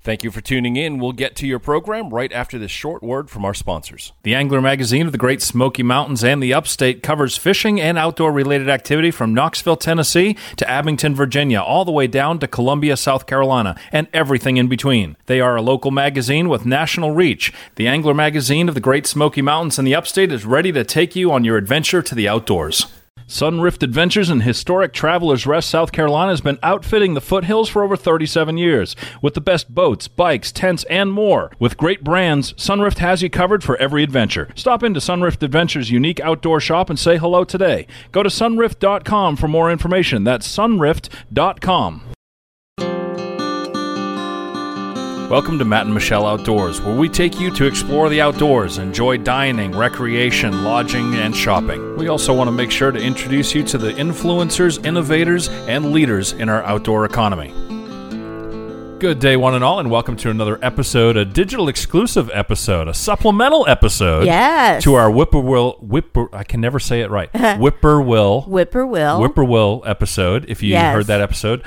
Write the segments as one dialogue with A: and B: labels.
A: Thank you for tuning in. We'll get to your program right after this short word from our sponsors.
B: The Angler Magazine of the Great Smoky Mountains and the Upstate covers fishing and outdoor related activity from Knoxville, Tennessee to Abington, Virginia, all the way down to Columbia, South Carolina, and everything in between. They are a local magazine with national reach. The Angler Magazine of the Great Smoky Mountains and the Upstate is ready to take you on your adventure to the outdoors. Sunrift Adventures and historic Travelers Rest South Carolina has been outfitting the foothills for over 37 years with the best boats, bikes, tents, and more. With great brands, Sunrift has you covered for every adventure. Stop into Sunrift Adventures' unique outdoor shop and say hello today. Go to sunrift.com for more information. That's sunrift.com. Welcome to Matt and Michelle Outdoors, where we take you to explore the outdoors, enjoy dining, recreation, lodging, and shopping. We also want to make sure to introduce you to the influencers, innovators, and leaders in our outdoor economy.
A: Good day, one and all, and welcome to another episode, a digital exclusive episode, a supplemental episode
C: Yes.
A: to our Whippoorwill, Whipper, I can never say it right, Whippoorwill,
C: Whippoorwill.
A: Whippoorwill episode, if you
C: Oh. Yes.
A: heard that episode.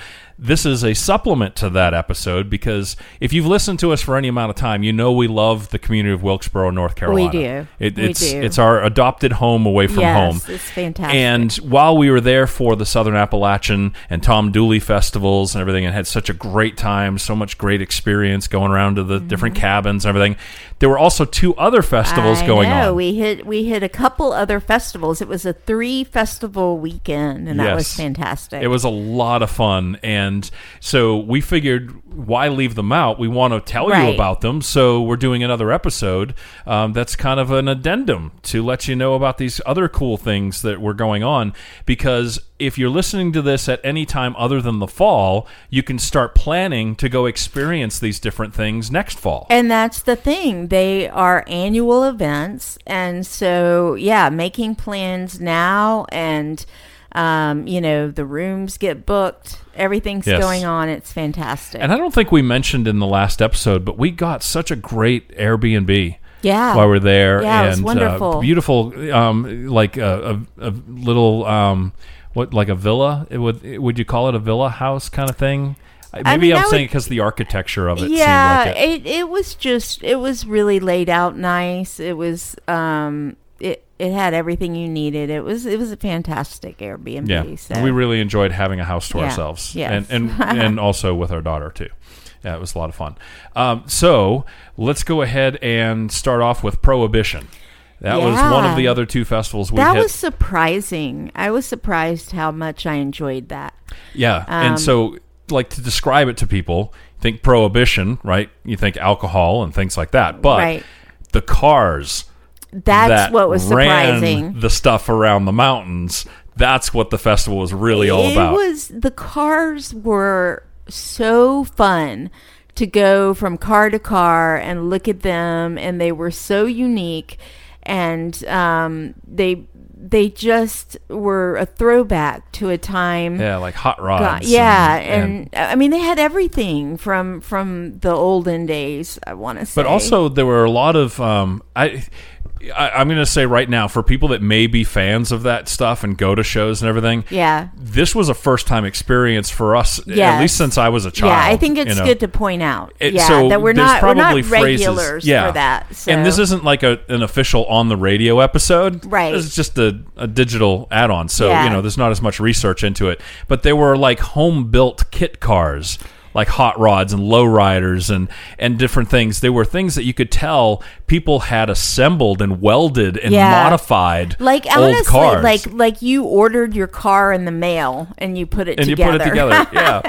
A: This is a supplement to that episode because if you've listened to us for any amount of time, you know we love the community of Wilkesboro, North Carolina.
C: do.
A: It,
C: We
A: it's,
C: do.
A: It's our adopted home away from
C: Yes,
A: home.
C: it's fantastic.
A: And while we were there for the Southern Appalachian and Tom Dooley festivals and everything, and had such a great time, so much great experience going around to the different cabins and everything, there were also two other festivals
C: Mm-hmm. I
A: going
C: know.
A: on.
C: We hit we hit a couple other festivals. It was a three festival weekend, and that was
A: Yes.
C: fantastic.
A: It was a lot of fun. And so we figured, why leave them out? We want to tell you
C: Right.
A: about them. So we're doing another episode um, that's kind of an addendum to let you know about these other cool things that were going on. Because if you're listening to this at any time other than the fall, you can start planning to go experience these different things next fall.
C: and that's the thing; they are annual events, and so yeah, making plans now, and um, you know the rooms get booked. Everything's
A: Yes.
C: going on. It's fantastic.
A: And I don't think we mentioned in the last episode, but we got such a great Airbnb.
C: Yeah.
A: While we're there,
C: Oh, Yeah, it was
A: and Uh,
C: wonderful.
A: beautiful, um, like a, a, a little um, what, like a villa? It would would you call it a villa house kind of thing? Maybe I
C: mean,
A: am
C: I
A: saying
C: would-
A: because the architecture of it
C: yeah,
A: seemed like it.
C: it. it was just it was really laid out nice. It was um it it had everything you needed. It was it was a fantastic Airbnb.
A: Yeah,
C: so.
A: we really enjoyed having a house to
C: Yeah.
A: ourselves,
C: Yes.
A: and and and also with our daughter too. Yeah, it was a lot of fun. Um, so let's go ahead and start off with Prohibition. That was one of
C: Yeah.
A: the other two festivals we
C: that
A: hit.
C: was surprising. I was surprised how much I enjoyed that.
A: Yeah, and
C: Um,
A: so like to describe it to people, think prohibition, right? You think alcohol and things like that, but
C: Right.
A: the cars
C: That's
A: that
C: what was
A: ran
C: surprising.
A: the stuff around the mountains. That's what the festival was really all
C: it
A: about.
C: was the cars were so fun to go from car to car and look at them and they were so unique and um, they they just were a throwback to a time
A: yeah, like hot
C: God,
A: rods.
C: yeah and, i mean they had everything from from the olden days i want to say
A: But also, there were a lot of um, I. I, I'm going to say right now, for people that may be fans of that stuff and go to shows and everything,
C: yeah
A: this was a first time experience for us, at
C: Yes.
A: least since I was a child.
C: yeah i think it's
A: you know.
C: good to point out
A: It-
C: yeah
A: Eh, so
C: that we're
A: there's
C: not we're
A: probably
C: not
A: phrases,
C: regulars
A: yeah.
C: for that so.
A: And this isn't like a, an official on the radio episode.
C: Right.
A: It's just a, a digital add on. So,
C: Yeah.
A: you know, there's not as much research into it. But there were like home built kit cars, like hot rods and low riders and, and different things. There were things that you could tell people had assembled and welded and
C: Yeah.
A: modified
C: Like
A: old
C: honestly,
A: cars.
C: like like you ordered your car in the mail and you put it
A: and
C: together.
A: you put it together. Yeah.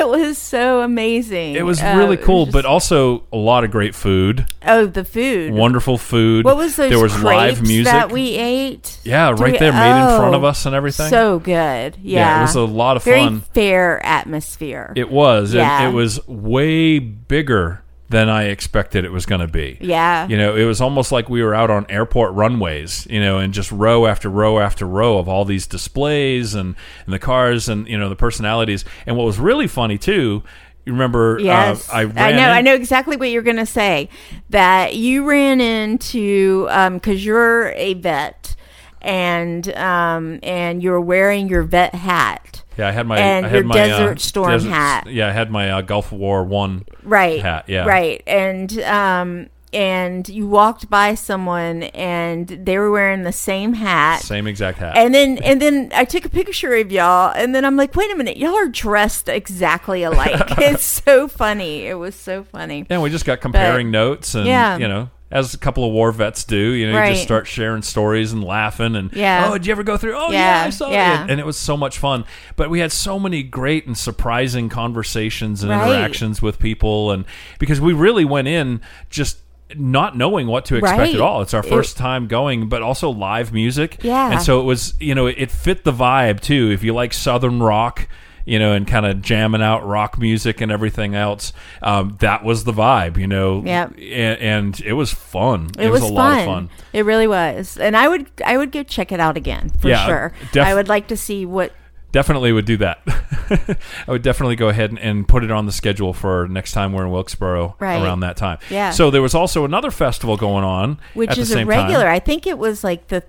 C: it was so amazing.
A: It was
C: Uh,
A: really cool,
C: just-
A: but also a lot of great food,
C: oh, the food.
A: wonderful food.
C: what was those
A: There was
C: crepes
A: live music.
C: that we ate?
A: Yeah,
C: Do
A: right
C: we-
A: there, made in front
C: oh,
A: of us and everything.
C: So good. Yeah.
A: Yeah, it was a lot of
C: Very
A: fun.
C: fair atmosphere.
A: It uh, was. and
C: Yeah.
A: It, was way bigger than I expected it was going to be.
C: Yeah.
A: You know, it was almost like we were out on airport runways, you know, and just row after row after row of all these displays and, and the cars and, you know, the personalities. And what was really funny, too, you remember
C: Yes,
A: uh, I ran
C: know.
A: in-
C: I know exactly what you're going to say. That you ran into because um, you're a vet, and um, and you're wearing your vet hat.
A: Yeah, I had my
C: And
A: I had
C: your
A: my,
C: Desert
A: uh,
C: Storm hat.
A: Yeah, I had my uh, Gulf War One.
C: right
A: hat, yeah.
C: right and um and you walked by someone and they were wearing the same hat
A: Same exact hat.
C: and then and then I took a picture of y'all and then I'm like wait a minute y'all are dressed exactly alike it's so funny it was so funny
A: Yeah, we just got comparing notes and
C: Yeah.
A: you know, as a couple of war vets do, you know, you
C: Right.
A: just start sharing stories and laughing and
C: Yeah.
A: oh, did you ever go through? Oh yeah,
C: Yeah,
A: I saw
C: yeah.
A: it. And it was so much fun. But we had so many great and surprising conversations and
C: Right.
A: interactions with people and because we really went in just not knowing what to expect
C: Right.
A: at all. It's our
C: It-
A: first time going, but also live music.
C: Yeah.
A: And so it was, you know, it fit the vibe too. If you like Southern rock, you know, and kind of jamming out rock music and everything else, um, that was the vibe, you know.
C: Yep.
A: A- And, it was fun. It,
C: it was,
A: a
C: fun.
A: lot of fun.
C: It really was, and I would I would go check it out again for
A: Yeah,
C: sure.
A: def-
C: I would like to see what.
A: Definitely would do that. I would definitely go ahead and, and put it on the schedule for next time we're in Wilkesboro
C: Right.
A: around that time.
C: Yeah.
A: So there was also another festival going on,
C: which
A: at
C: is
A: the
C: a
A: same
C: regular.
A: Time.
C: I think it was like the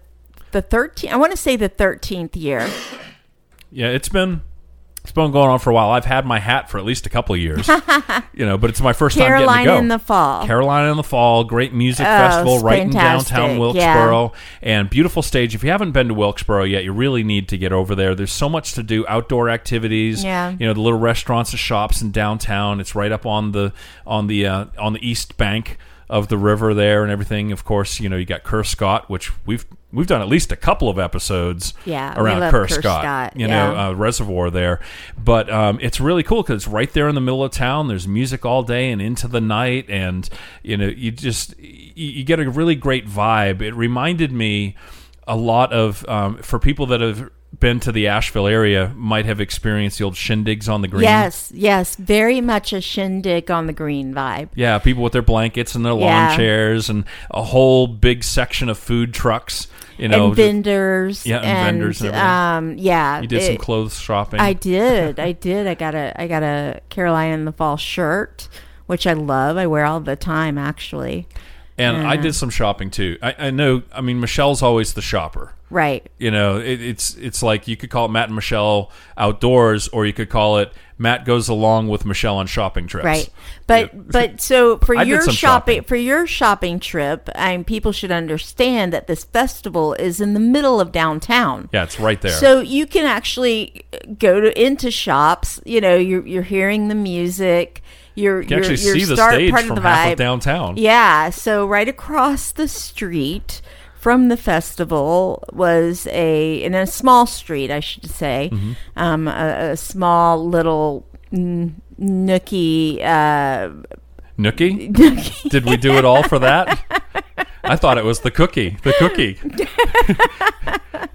C: the thirteenth. I want to say the thirteenth year.
A: Yeah, it's been. It's been going on for a while. I've had my hat for at least a couple of years, you know, but it's my first time getting to
C: Carolina
A: go.
C: in the fall.
A: Carolina in the Fall, great music
C: Oh,
A: festival
C: it's
A: right in downtown
C: fantastic,
A: Wilkesboro, and beautiful stage. If you haven't been to Wilkesboro yet, you really need to get over there. There's so much to do, outdoor activities.
C: Yeah.
A: you know the little restaurants and shops in downtown. It's right up on the on the uh, on the east bank of the river there and everything. Of course, you know you got Kerr Scott, which we've we've done at least a couple of episodes
C: Yeah, we
A: around
C: love
A: Kerr
C: Kerr
A: Scott,
C: Scott,
A: you
C: yeah.
A: know uh, reservoir there. But um, it's really cool because it's right there in the middle of town. There's music all day and into the night, and you know you just you, you get a really great vibe. It reminded me a lot of um, for people that have been to the Asheville area might have experienced the old shindigs on the green.
C: Yes, yes, very much a shindig on the green vibe.
A: Yeah, people with their blankets and their lawn
C: Yeah.
A: chairs and a whole big section of food trucks, you know.
C: and vendors,
A: Yeah, and vendors and everything.
C: um, yeah,
A: you did some
C: it-
A: clothes shopping.
C: I did. I did. I got a I got a Carolina in the Fall shirt, which I love. I wear all the time actually.
A: and I
C: Mm.
A: did some shopping too. I, I know, I mean, Michelle's always the shopper.
C: Right.
A: you know it, it's it's like you could call it matt and michelle outdoors or you could call it matt goes along with michelle on shopping trips
C: Right. But
A: Yeah.
C: but so for
A: I did
C: your
A: some
C: shopping,
A: shopping.
C: for your shopping trip, I mean, people should understand that this festival is in the middle of downtown.
A: yeah it's right there
C: So you can actually uh, go to into shops. You know, you're you're hearing the music. You're you
A: you can
C: are
A: actually
C: you're
A: see the
C: start
A: stage
C: part
A: from
C: of the
A: half of
C: vibe.
A: downtown
C: Yeah, so right across the street from the festival was a in a small street, I should say,
A: Mm-hmm.
C: um, a, a small little n- nookie. Uh,
A: nookie did we do it all for that i thought it was the cookie the cookie so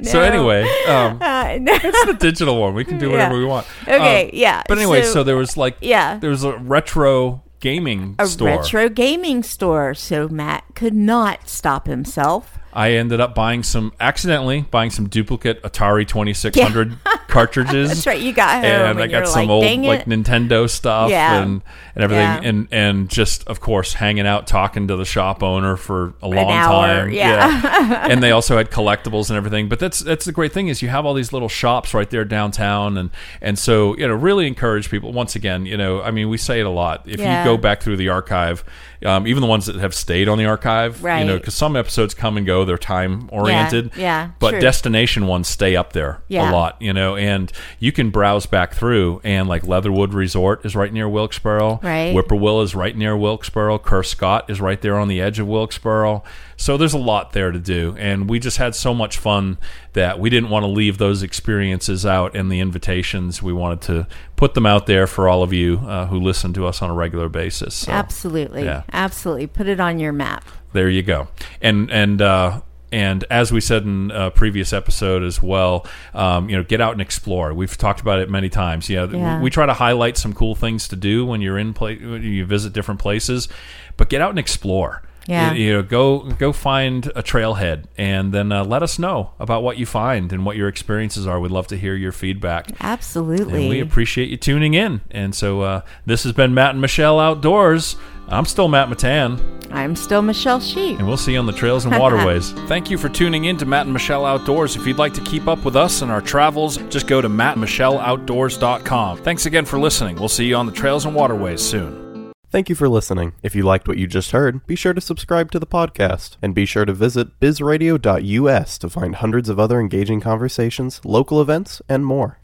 C: No.
A: anyway um,
C: uh, no.
A: it's the digital one we can do whatever
C: Yeah.
A: we want
C: Okay,
A: Um,
C: yeah,
A: but anyway so,
C: so-
A: there was like
C: Yeah.
A: there was a retro gaming
C: a
A: store
C: retro gaming store. So Matt could not stop himself.
A: I ended up buying some accidentally buying some duplicate Atari 2600 cartridges.
C: That's right, you got home
A: and I
C: and you
A: got
C: were
A: some
C: like,
A: old
C: "Dang
A: like
C: it."
A: Nintendo stuff
C: Yeah.
A: and and everything
C: Yeah.
A: and and just of course hanging out talking to the shop owner for a long
C: hour,
A: time.
C: yeah.
A: and they also had collectibles and everything. But that's that's the great thing is you have all these little shops right there downtown and and so, you know, really encourage people once again, you know, I mean, we say it a lot. If
C: Yeah.
A: you go back through the archive, um, even the ones that have stayed on the archive, you know,
C: Right.
A: cuz some episodes come and go, they're time oriented.
C: yeah,
A: But
C: true.
A: destination ones stay up there a
C: Yeah.
A: lot, you know, and you can browse back through and like Leatherwood Resort is right near Wilkesboro.
C: Right.
A: Whippoorwill is right near Wilkesboro. Kerr Scott is right there on the edge of Wilkesboro. So there's a lot there to do. And we just had so much fun that we didn't want to leave those experiences out and the invitations. We wanted to put them out there for all of you uh, who listen to us on a regular basis. So
C: absolutely,
A: yeah.
C: absolutely, put it on your map.
A: there you go and and uh and as we said in a previous episode as well, um, you know, get out and explore. We've talked about it many times. Yeah, th-
C: Yeah.
A: we try to highlight some cool things to do when you're in place, you visit different places, but get out and explore.
C: Yeah.
A: Y- you know, go go find a trailhead, and then uh, let us know about what you find and what your experiences are. We'd love to hear your feedback.
C: Absolutely,
A: And we appreciate you tuning in. And so uh, this has been Matt and Michelle Outdoors.
D: I'm still Matt Matan,
C: I'm still Michelle Sheep.
D: and we'll see you on the trails and waterways.
A: Thank you for tuning in to Matt and Michelle Outdoors. If you'd like to keep up with us and our travels, just go to mattandmichelleoutdoors.com. Thanks again for listening. We'll see you on the trails and waterways soon.
E: Thank you for listening. If you liked what you just heard, be sure to subscribe to the podcast and be sure to visit bizradio.us to find hundreds of other engaging conversations, local events, and more.